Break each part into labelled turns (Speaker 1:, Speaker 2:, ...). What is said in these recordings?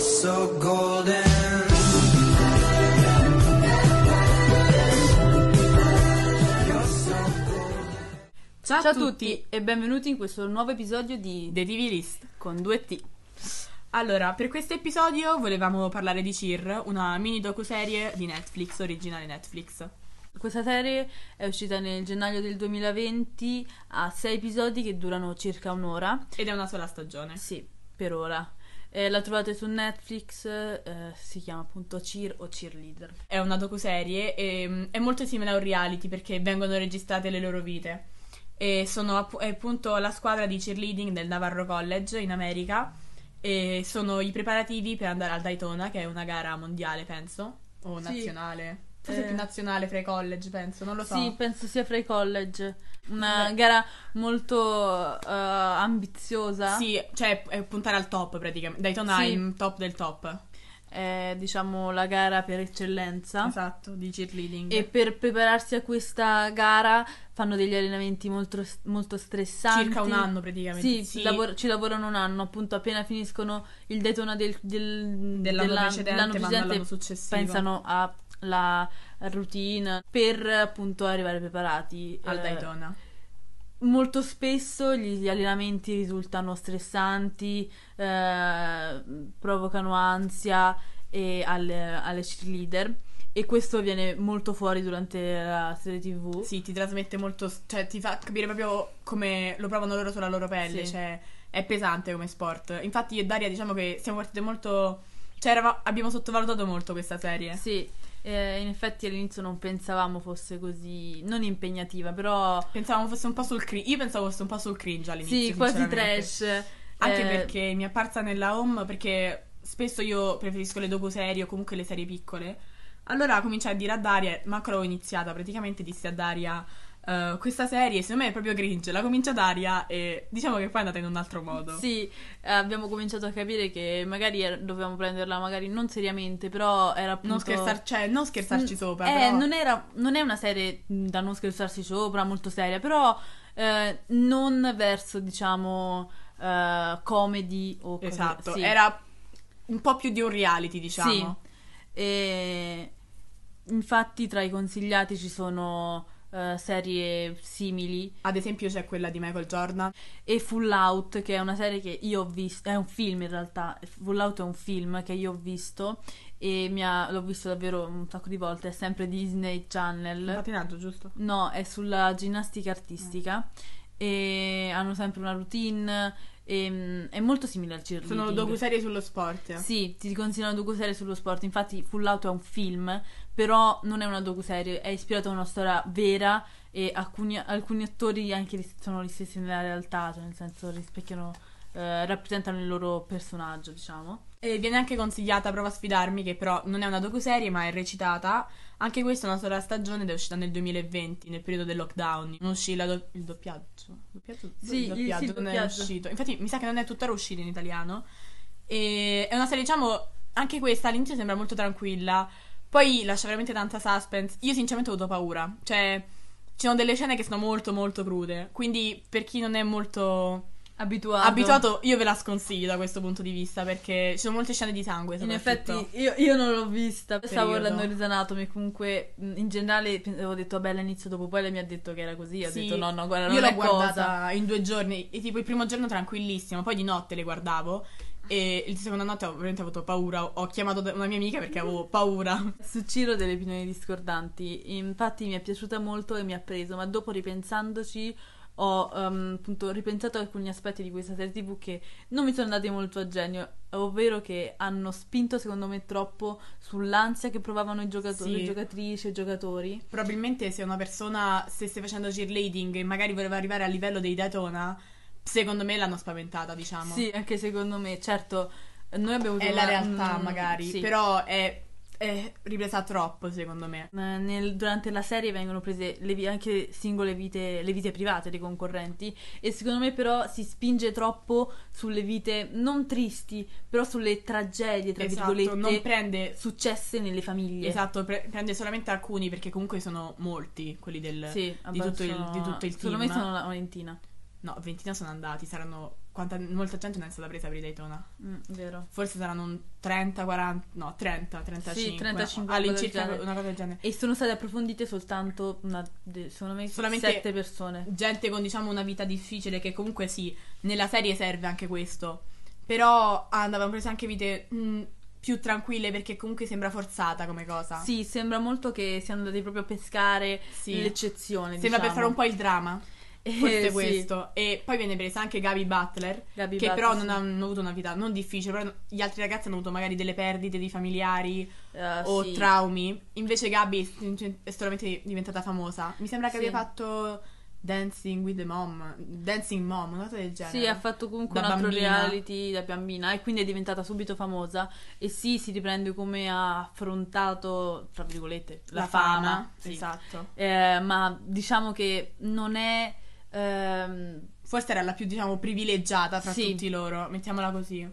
Speaker 1: so golden. You're so golden.
Speaker 2: Ciao,
Speaker 3: Ciao a tutti e benvenuti in questo nuovo episodio di
Speaker 2: The TV List.
Speaker 3: Con 2T.
Speaker 2: Allora, per questo episodio volevamo parlare di Cheer, una mini docuserie di Netflix, originale Netflix.
Speaker 3: Questa serie è uscita nel gennaio del 2020, ha sei episodi che durano circa un'ora.
Speaker 2: Ed è una sola stagione.
Speaker 3: Sì, per ora. Eh, la trovate su Netflix, eh, si chiama appunto Cheer o Cheerleader.
Speaker 2: È una docuserie e mm, è molto simile a un reality perché vengono registrate le loro vite. E sono app- è appunto la squadra di cheerleading del Navarro College in America e sono i preparativi per andare al Daytona, che è una gara mondiale, penso, o
Speaker 3: Sì.
Speaker 2: nazionale. Forse
Speaker 3: Eh.
Speaker 2: più nazionale fra i college, penso, non lo so.
Speaker 3: Sì, penso sia fra i college. Una
Speaker 2: Beh.
Speaker 3: gara molto eh, ambiziosa.
Speaker 2: Sì, cioè è puntare al top praticamente. Daytona
Speaker 3: Sì.
Speaker 2: è il top del top.
Speaker 3: È diciamo la gara per eccellenza.
Speaker 2: Esatto, di cheerleading.
Speaker 3: Ah. E per prepararsi a questa gara fanno degli allenamenti molto, molto stressanti.
Speaker 2: circa un anno praticamente.
Speaker 3: Sì, lavor- ci lavorano un anno, appunto appena finiscono il Daytona del, del-
Speaker 2: dell'anno
Speaker 3: della-
Speaker 2: precedente, vanno
Speaker 3: dell'anno precedente,
Speaker 2: all'anno successivo.
Speaker 3: pensano alla routine per appunto arrivare preparati.
Speaker 2: al
Speaker 3: Eh,
Speaker 2: Daytona.
Speaker 3: Molto spesso gli allenamenti risultano stressanti, eh, provocano ansia e al- alle cheerleader e questo viene molto fuori durante la serie tv.
Speaker 2: Sì, ti trasmette molto, cioè ti fa capire proprio come lo provano loro sulla loro pelle,
Speaker 3: Sì.
Speaker 2: cioè è pesante come sport. Infatti io e Daria diciamo che siamo partite molto cioè erava- abbiamo sottovalutato molto questa serie.
Speaker 3: Sì, eh, in effetti all'inizio non pensavamo fosse così, non impegnativa, però
Speaker 2: Pensavamo fosse un po' sul cringe, io pensavo fosse un po' sul cringe all'inizio.
Speaker 3: sì, quasi
Speaker 2: sinceramente.
Speaker 3: trash.
Speaker 2: Anche
Speaker 3: Eh,
Speaker 2: perché mi è apparsa nella home perché spesso io preferisco le docu-serie o comunque le serie piccole. Allora cominciai a dire a Daria, ma l'avevo iniziata, praticamente dissi a Daria "Eh, questa serie secondo me è proprio cringe, la comincia Daria e diciamo che poi è andata in un altro modo.
Speaker 3: Sì, abbiamo cominciato a capire che magari er- dovevamo prenderla magari non seriamente, però era appunto...
Speaker 2: Non, scherzar- cioè, non scherzarci
Speaker 3: Mm,
Speaker 2: sopra.
Speaker 3: Eh,
Speaker 2: però-
Speaker 3: non, era- non è una serie mh, da non scherzarsi sopra, molto seria, però eh, non verso, diciamo, eh, comedy o cose-
Speaker 2: Esatto,
Speaker 3: sì.
Speaker 2: era un po' più di un reality diciamo.
Speaker 3: Sì. E infatti tra i consigliati ci sono eh, serie simili
Speaker 2: Ad esempio c'è quella di Michael Jordan.
Speaker 3: e Full Out che è una serie che io ho visto, è un film in realtà, Full Out è un film che io ho visto e mi ha- l'ho visto davvero un sacco di volte, è sempre Disney Channel.
Speaker 2: Patinaggio, giusto?
Speaker 3: No, è sulla ginnastica artistica e hanno sempre una routine e, mm, è molto simile al cheerleading.
Speaker 2: Sono docu-serie sullo sport.
Speaker 3: Sì, ti consigliano docuserie sullo sport. Infatti, Full Out è un film, però non è una docuserie, è ispirata a una storia vera e alcuni, alcuni attori anche ris- sono gli stessi nella realtà, cioè nel senso rispecchiano, eh, rappresentano il loro personaggio, diciamo.
Speaker 2: E viene anche consigliata Prova a sfidarmi, che però non è una docuserie ma è recitata. Anche questa è una sola stagione ed è uscita nel 2020, nel periodo del lockdown. Non uscì la do- il doppiaggio. doppiaggio?
Speaker 3: Sì, il-
Speaker 2: il doppiaggio
Speaker 3: sì, il
Speaker 2: non è
Speaker 3: doppiaggio.
Speaker 2: uscito. Infatti mi sa che non è tuttora uscita in italiano. E è una serie, diciamo, anche questa all'inizio sembra molto tranquilla. Poi lascia veramente tanta suspense. Io sinceramente ho avuto paura. Cioè, ci sono delle scene che sono molto molto crude. Quindi per chi non è molto
Speaker 3: Abituato.
Speaker 2: abituato io ve la sconsiglio da questo punto di vista perché ci sono molte scene di sangue
Speaker 3: In
Speaker 2: soprattutto.
Speaker 3: effetti io, io non l'ho vista, stavo
Speaker 2: Periodo.
Speaker 3: guardando Grey's Anatomy, comunque mh, in generale pe- avevo detto bella inizio dopo poi lei mi ha detto che era così, ho
Speaker 2: Sì,
Speaker 3: detto no no guarda non
Speaker 2: io
Speaker 3: è
Speaker 2: l'ho
Speaker 3: cosa.
Speaker 2: guardata in due giorni e tipo il primo giorno tranquillissimo poi di notte le guardavo e il secondo notte ho veramente avuto paura ho chiamato una mia amica perché avevo paura
Speaker 3: Su Ciro ho delle opinioni discordanti, infatti mi è piaciuta molto e mi ha preso, ma dopo ripensandoci ho ehm, appunto ripensato a alcuni aspetti di questa serie tv che non mi sono andati molto a genio, ovvero che hanno spinto secondo me troppo sull'ansia che provavano i giocatori,
Speaker 2: Sì.
Speaker 3: le giocatrici e i giocatori.
Speaker 2: probabilmente se una persona stesse facendo cheerleading e magari voleva arrivare al livello dei Daytona secondo me l'hanno spaventata diciamo
Speaker 3: Sì, anche secondo me, certo, noi abbiamo avuto
Speaker 2: è la
Speaker 3: una-
Speaker 2: realtà
Speaker 3: mm,
Speaker 2: magari
Speaker 3: sì.
Speaker 2: però è, è ripresa troppo secondo me
Speaker 3: Eh, nel- durante la serie vengono prese le vi- anche singole vite, le vite private dei concorrenti e secondo me però si spinge troppo sulle vite non tristi, però sulle tragedie, tra
Speaker 2: esatto non
Speaker 3: virgolette,
Speaker 2: prende
Speaker 3: successe nelle famiglie.
Speaker 2: Esatto, pre- prende solamente alcuni perché comunque sono molti quelli del...
Speaker 3: Sì,
Speaker 2: di tutto il-
Speaker 3: abbastanza-
Speaker 2: di tutto il
Speaker 3: Secondo me
Speaker 2: team.
Speaker 3: sono una ventina.
Speaker 2: No, ventina sono andati, saranno quanta- molta gente non è stata presa per i Daytona.
Speaker 3: Mm, vero.
Speaker 2: Forse saranno un 30, 40, no, 30, 35.
Speaker 3: 35,
Speaker 2: Ah, all'incirca
Speaker 3: qualcosa del genere.
Speaker 2: una cosa del genere.
Speaker 3: E sono state approfondite soltanto, una, de- secondo me,
Speaker 2: Solamente-
Speaker 3: sette persone.
Speaker 2: gente con diciamo una vita difficile che comunque sì, nella serie serve anche questo, però ah, andavano prese anche vite mh, più tranquille perché comunque sembra forzata come cosa.
Speaker 3: Sì, sembra molto che siano andati proprio a pescare
Speaker 2: Sì.
Speaker 3: l'eccezione.
Speaker 2: Sembra per
Speaker 3: diciamo.
Speaker 2: fare un po' il dramma,
Speaker 3: Eh,
Speaker 2: forse
Speaker 3: sì.
Speaker 2: questo. E poi viene presa anche Gaby Butler,
Speaker 3: Gabi
Speaker 2: che
Speaker 3: Batti,
Speaker 2: però
Speaker 3: sì.
Speaker 2: non hanno avuto una vita non difficile, però gli altri ragazzi hanno avuto magari delle perdite di familiari
Speaker 3: Eh,
Speaker 2: o
Speaker 3: sì.
Speaker 2: traumi. Invece Gaby è- cioè, è solamente diventata famosa. Mi sembra che
Speaker 3: Sì.
Speaker 2: abbia fatto Dancing with the Mom, Dancing Mom, una cosa del genere.
Speaker 3: Sì, ha fatto comunque
Speaker 2: Da
Speaker 3: un altro
Speaker 2: bambina.
Speaker 3: reality da bambina e quindi è diventata subito famosa e sì, si riprende come ha affrontato, tra virgolette, la, fama. sì.
Speaker 2: Esatto.
Speaker 3: Eh, ma diciamo che non è... ehm,
Speaker 2: Forse era la più, diciamo, privilegiata fra
Speaker 3: Sì.
Speaker 2: tutti loro, mettiamola così.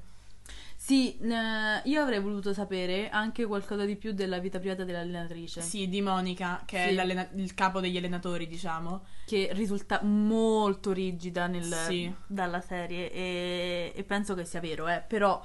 Speaker 3: sì, eh, io avrei voluto sapere anche qualcosa di più della vita privata dell'allenatrice,
Speaker 2: Sì, di Monica, che è
Speaker 3: Sì.
Speaker 2: l'allena- il capo degli allenatori, diciamo.
Speaker 3: che risulta molto rigida nel-
Speaker 2: Sì.
Speaker 3: dalla serie e, e penso che sia vero, eh, però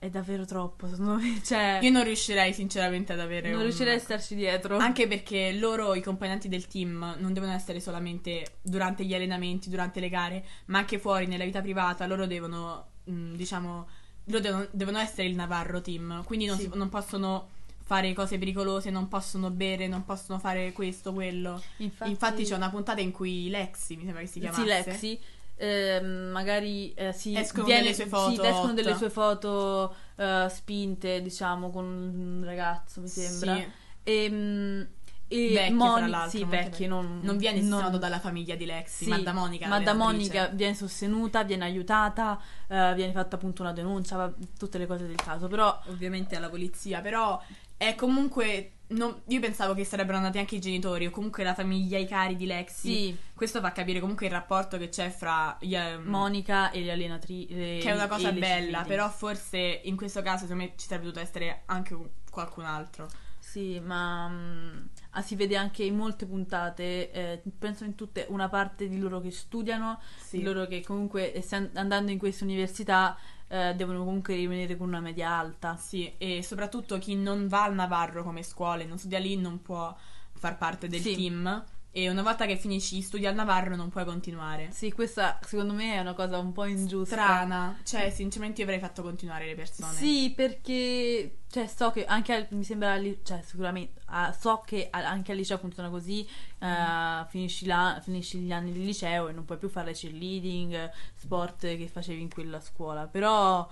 Speaker 3: è davvero troppo, secondo me. Cioè,
Speaker 2: Io non riuscirei sinceramente ad avere
Speaker 3: non
Speaker 2: un-
Speaker 3: riuscirei a starci dietro.
Speaker 2: Anche perché loro, i componenti del team, non devono essere solamente durante gli allenamenti, durante le gare, ma anche fuori, nella vita privata, loro devono, mh, diciamo, loro devono, devono essere il Navarro team, quindi non,
Speaker 3: Sì.
Speaker 2: si- non possono fare cose pericolose, non possono bere, non possono fare questo, quello. Infatti, c'è una puntata in cui Lexi, mi sembra che si chiamasse.
Speaker 3: Sì, Lexi. ehm, magari eh, si
Speaker 2: Escono
Speaker 3: viene-
Speaker 2: delle sue foto
Speaker 3: sì, escono
Speaker 2: hot.
Speaker 3: delle sue foto eh, spinte, diciamo, con un ragazzo, mi sembra.
Speaker 2: Sì.
Speaker 3: Ehm, E,
Speaker 2: Vecchie, fra
Speaker 3: Moni-
Speaker 2: l'altro,
Speaker 3: sì,
Speaker 2: molto
Speaker 3: vecchie,
Speaker 2: vecchie.
Speaker 3: non,
Speaker 2: Non viene
Speaker 3: non-
Speaker 2: sostenuto dalla famiglia di Lexi,
Speaker 3: sì,
Speaker 2: ma da Monica.
Speaker 3: ma da
Speaker 2: l'allenatrice.
Speaker 3: Monica viene sostenuta, viene aiutata, eh, viene fatta appunto una denuncia, va- tutte le cose del caso. Però
Speaker 2: Oh, Ovviamente alla polizia, però è comunque... non- io pensavo che sarebbero andati anche i genitori o comunque la famiglia, i cari di Lexi.
Speaker 3: sì,
Speaker 2: Questo fa capire comunque il rapporto che c'è fra... gli, ehm,
Speaker 3: Monica e le allenatrici.
Speaker 2: Che è una cosa bella, però forse in questo caso secondo me ci sarebbe dovuto essere anche qualcun altro.
Speaker 3: Sì, ma mm, ah, si vede anche in molte puntate, eh, penso in tutte, una parte di loro che studiano, di loro che comunque essen- andando in queste università eh, devono comunque rimanere con una media alta.
Speaker 2: Sì, e soprattutto chi non va al Navarro come scuola e non studia lì non può far parte del
Speaker 3: Sì.
Speaker 2: team. E una volta che finisci gli studi al Navarro non puoi continuare.
Speaker 3: Sì, questa secondo me è una cosa un po' ingiusta.
Speaker 2: Strana. Cioè, sinceramente io avrei fatto continuare le persone.
Speaker 3: Sì, perché cioè, so che anche al- mi sembra lì, cioè sicuramente ah, so che a- anche al liceo funziona così,
Speaker 2: Mm.
Speaker 3: eh, finisci, la- finisci gli anni di liceo e non puoi più fare cheerleading, eh, sport che facevi in quella scuola, però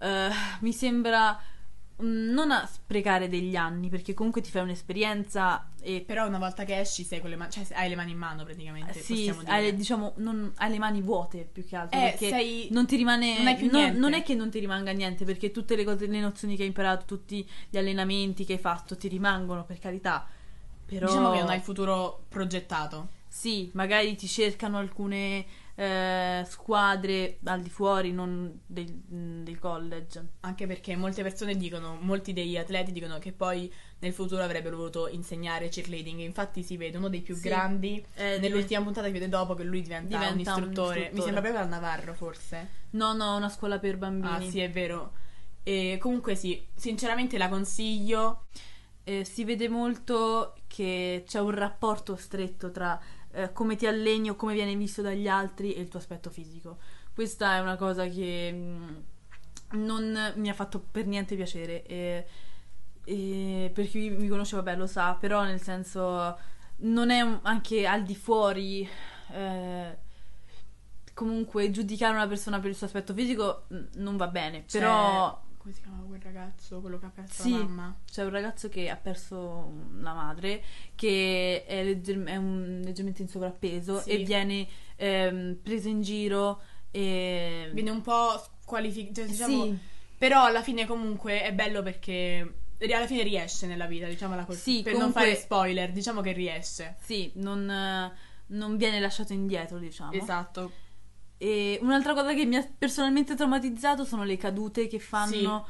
Speaker 3: eh, mi sembra mm, non a sprecare degli anni perché comunque ti fai un'esperienza e
Speaker 2: Però una volta che esci sei con le mani... Cioè, hai le mani in mano praticamente,
Speaker 3: sì,
Speaker 2: possiamo
Speaker 3: hai,
Speaker 2: dire.
Speaker 3: diciamo non- hai le mani vuote più che altro
Speaker 2: Eh,
Speaker 3: perché
Speaker 2: sei...
Speaker 3: non ti rimane
Speaker 2: Non hai più
Speaker 3: no-
Speaker 2: niente.
Speaker 3: non è che non ti rimanga niente perché tutte le cose le nozioni che hai imparato tutti gli allenamenti che hai fatto ti rimangono per carità però
Speaker 2: Diciamo che non hai il futuro progettato.
Speaker 3: sì magari ti cercano alcune eh, squadre al di fuori non del, mh, del college
Speaker 2: Anche perché molte persone dicono, molti degli atleti dicono che poi nel futuro avrebbero voluto insegnare cheerleading. Infatti si vede uno dei più
Speaker 3: Sì.
Speaker 2: grandi
Speaker 3: Eh,
Speaker 2: Nell'ultima puntata che vede dopo che lui diventa,
Speaker 3: Diventa
Speaker 2: un, istruttore.
Speaker 3: un
Speaker 2: Mi
Speaker 3: istruttore.
Speaker 2: sembra proprio al Navarro, forse.
Speaker 3: no no una scuola per bambini
Speaker 2: Ah, sì, è vero. E comunque sì, sinceramente la consiglio.
Speaker 3: eh, si vede molto che c'è un rapporto stretto tra eh, come ti alleni o come viene visto dagli altri e il tuo aspetto fisico. Questa è una cosa che mh, non mi ha fatto per niente piacere. e- e per chi mi conosce, vabbè, lo sa, però nel senso non è un- anche al di fuori. eh, comunque giudicare una persona per il suo aspetto fisico mh, non va bene,
Speaker 2: C'è-
Speaker 3: però
Speaker 2: Come si chiamava quel ragazzo? Quello che ha perso
Speaker 3: Cioè, Sì.
Speaker 2: la mamma?
Speaker 3: c'è un ragazzo che ha perso la madre, che è, legger- è un- leggermente in sovrappeso
Speaker 2: Sì.
Speaker 3: e viene ehm, preso in giro e...
Speaker 2: Viene un po' squalificato.
Speaker 3: Sì,
Speaker 2: diciamo, Però alla fine, comunque, è bello perché. ri- Alla fine riesce nella vita, diciamola così.
Speaker 3: Sì,
Speaker 2: per non
Speaker 3: comunque-
Speaker 2: fare spoiler, diciamo che riesce.
Speaker 3: sì, non, eh, non viene lasciato indietro, diciamo.
Speaker 2: Esatto.
Speaker 3: E un'altra cosa che mi ha personalmente traumatizzato sono le cadute che fanno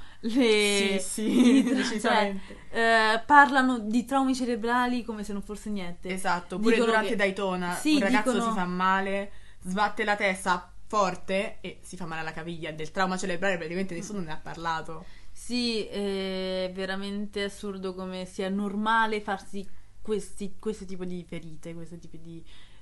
Speaker 2: Sì,
Speaker 3: le...
Speaker 2: sì,
Speaker 3: cioè,
Speaker 2: decisamente.
Speaker 3: eh, parlano di traumi cerebrali come se non fosse niente.
Speaker 2: Esatto, pure
Speaker 3: Dicono
Speaker 2: durante
Speaker 3: che-
Speaker 2: Daytona
Speaker 3: Sì,
Speaker 2: un ragazzo
Speaker 3: dicono-
Speaker 2: si fa male, sbatte la testa, forte e si fa male alla caviglia. Del trauma cerebrale praticamente nessuno ne ha parlato.
Speaker 3: Sì, è veramente assurdo come sia normale farsi questi, questo tipo di ferite, questo tipo di...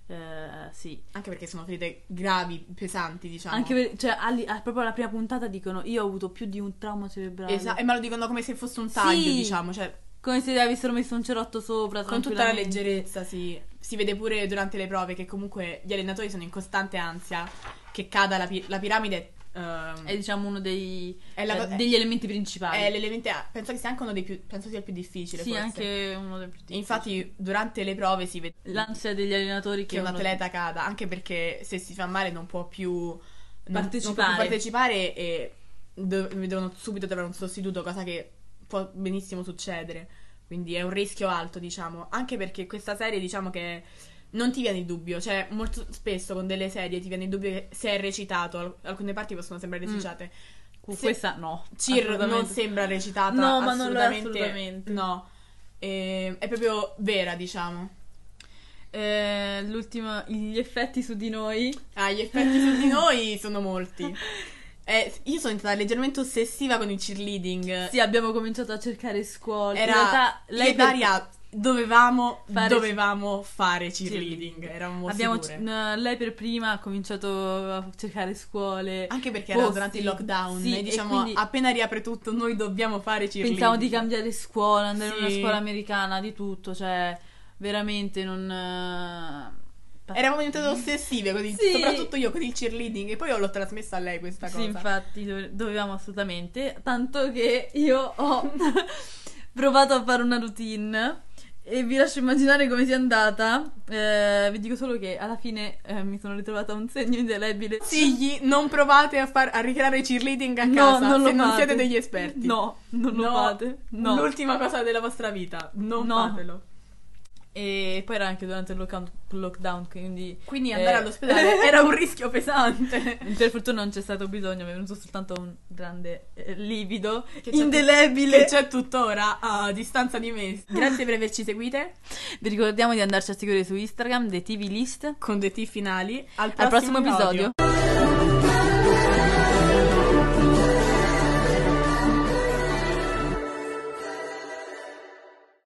Speaker 3: eh, sì.
Speaker 2: Anche perché sono ferite gravi, pesanti, diciamo.
Speaker 3: Anche per- cioè, alli- a- proprio alla prima puntata dicono io ho avuto più di un trauma cerebrale.
Speaker 2: Esa- e me lo dicono come se fosse un taglio,
Speaker 3: Sì.
Speaker 2: diciamo, cioè
Speaker 3: Come se gli avessero messo un cerotto sopra.
Speaker 2: con tutta la
Speaker 3: tranquillamente.
Speaker 2: leggerezza, sì. Si vede pure durante le prove che comunque gli allenatori sono in costante ansia che cada la, pi- la piramide. ehm,
Speaker 3: È diciamo uno dei,
Speaker 2: È la-
Speaker 3: eh, degli elementi principali.
Speaker 2: è l'elemento, penso che sia anche uno dei più, penso sia il più difficile.
Speaker 3: sì,
Speaker 2: forse.
Speaker 3: anche uno dei più
Speaker 2: E Infatti, durante le prove si vede
Speaker 3: L'ansia degli allenatori che,
Speaker 2: che un
Speaker 3: uno-
Speaker 2: atleta cada, anche perché se si fa male non può più non- non può più
Speaker 3: Partecipare.
Speaker 2: partecipare e dov- devono subito trovare un sostituto, cosa che può benissimo succedere. Quindi è un rischio alto, diciamo, anche perché questa serie diciamo che non ti viene il dubbio, cioè molto spesso con delle serie ti viene il dubbio che se è recitato, al- alcune parti possono sembrare
Speaker 3: Mm.
Speaker 2: recitate.
Speaker 3: Cu-
Speaker 2: Se-
Speaker 3: Questa no.
Speaker 2: Cir non
Speaker 3: assolutamente.
Speaker 2: sembra recitata
Speaker 3: No, ma non lo è
Speaker 2: assolutamente,
Speaker 3: assolutamente.
Speaker 2: no. Eh, è proprio vera, diciamo.
Speaker 3: Eh, l'ultimo, gli effetti su di noi.
Speaker 2: Ah, gli effetti su di noi sono molti. Eh, io sono diventata leggermente ossessiva con il cheerleading.
Speaker 3: Sì, abbiamo cominciato a cercare scuole.
Speaker 2: Era
Speaker 3: In realtà,
Speaker 2: lei
Speaker 3: lei
Speaker 2: e Daria dovevamo
Speaker 3: Fare-
Speaker 2: dovevamo fare cheerleading,
Speaker 3: Cheerleading.
Speaker 2: eravamo
Speaker 3: per, abbiamo,
Speaker 2: sicure.
Speaker 3: n- lei per prima ha cominciato a cercare scuole.
Speaker 2: Anche perché era
Speaker 3: posti.
Speaker 2: durante il lockdown
Speaker 3: oh, Sì,
Speaker 2: e
Speaker 3: e
Speaker 2: diciamo
Speaker 3: quindi
Speaker 2: appena riapre tutto noi dobbiamo fare cheerleading.
Speaker 3: Pensavo di cambiare scuola, andare in una
Speaker 2: Sì.
Speaker 3: scuola americana, di tutto. Cioè, veramente non. eh,
Speaker 2: Eravamo diventate ossessive, con il-
Speaker 3: Sì.
Speaker 2: soprattutto io con il cheerleading e poi io l'ho trasmessa a lei questa
Speaker 3: Sì,
Speaker 2: cosa.
Speaker 3: infatti do- dovevamo assolutamente, tanto che io ho provato a fare una routine e vi lascio immaginare come sia andata. Eh, vi dico solo che alla fine eh, mi sono ritrovata un segno indelebile.
Speaker 2: Consigli, non provate a, far, a ricreare cheerleading a
Speaker 3: No,
Speaker 2: casa
Speaker 3: non lo
Speaker 2: se non
Speaker 3: fate.
Speaker 2: siete degli esperti.
Speaker 3: No, non lo
Speaker 2: No,
Speaker 3: fate. No.
Speaker 2: L'ultima cosa della vostra vita, non
Speaker 3: No.
Speaker 2: fatelo.
Speaker 3: E poi era anche durante il lockout- lockdown, quindi
Speaker 2: Quindi
Speaker 3: Eh.
Speaker 2: andare all'ospedale era un rischio pesante.
Speaker 3: per fortuna non c'è stato bisogno, mi è venuto soltanto un grande eh, livido
Speaker 2: Che c'è-
Speaker 3: indelebile.
Speaker 2: Che c'è tuttora a distanza di mesi. Grazie per averci seguite
Speaker 3: Vi ricordiamo di andarci a seguire su Instagram, The TV List.
Speaker 2: con dei T finali. Al
Speaker 3: Al prossimo episodio.
Speaker 1: Thank you.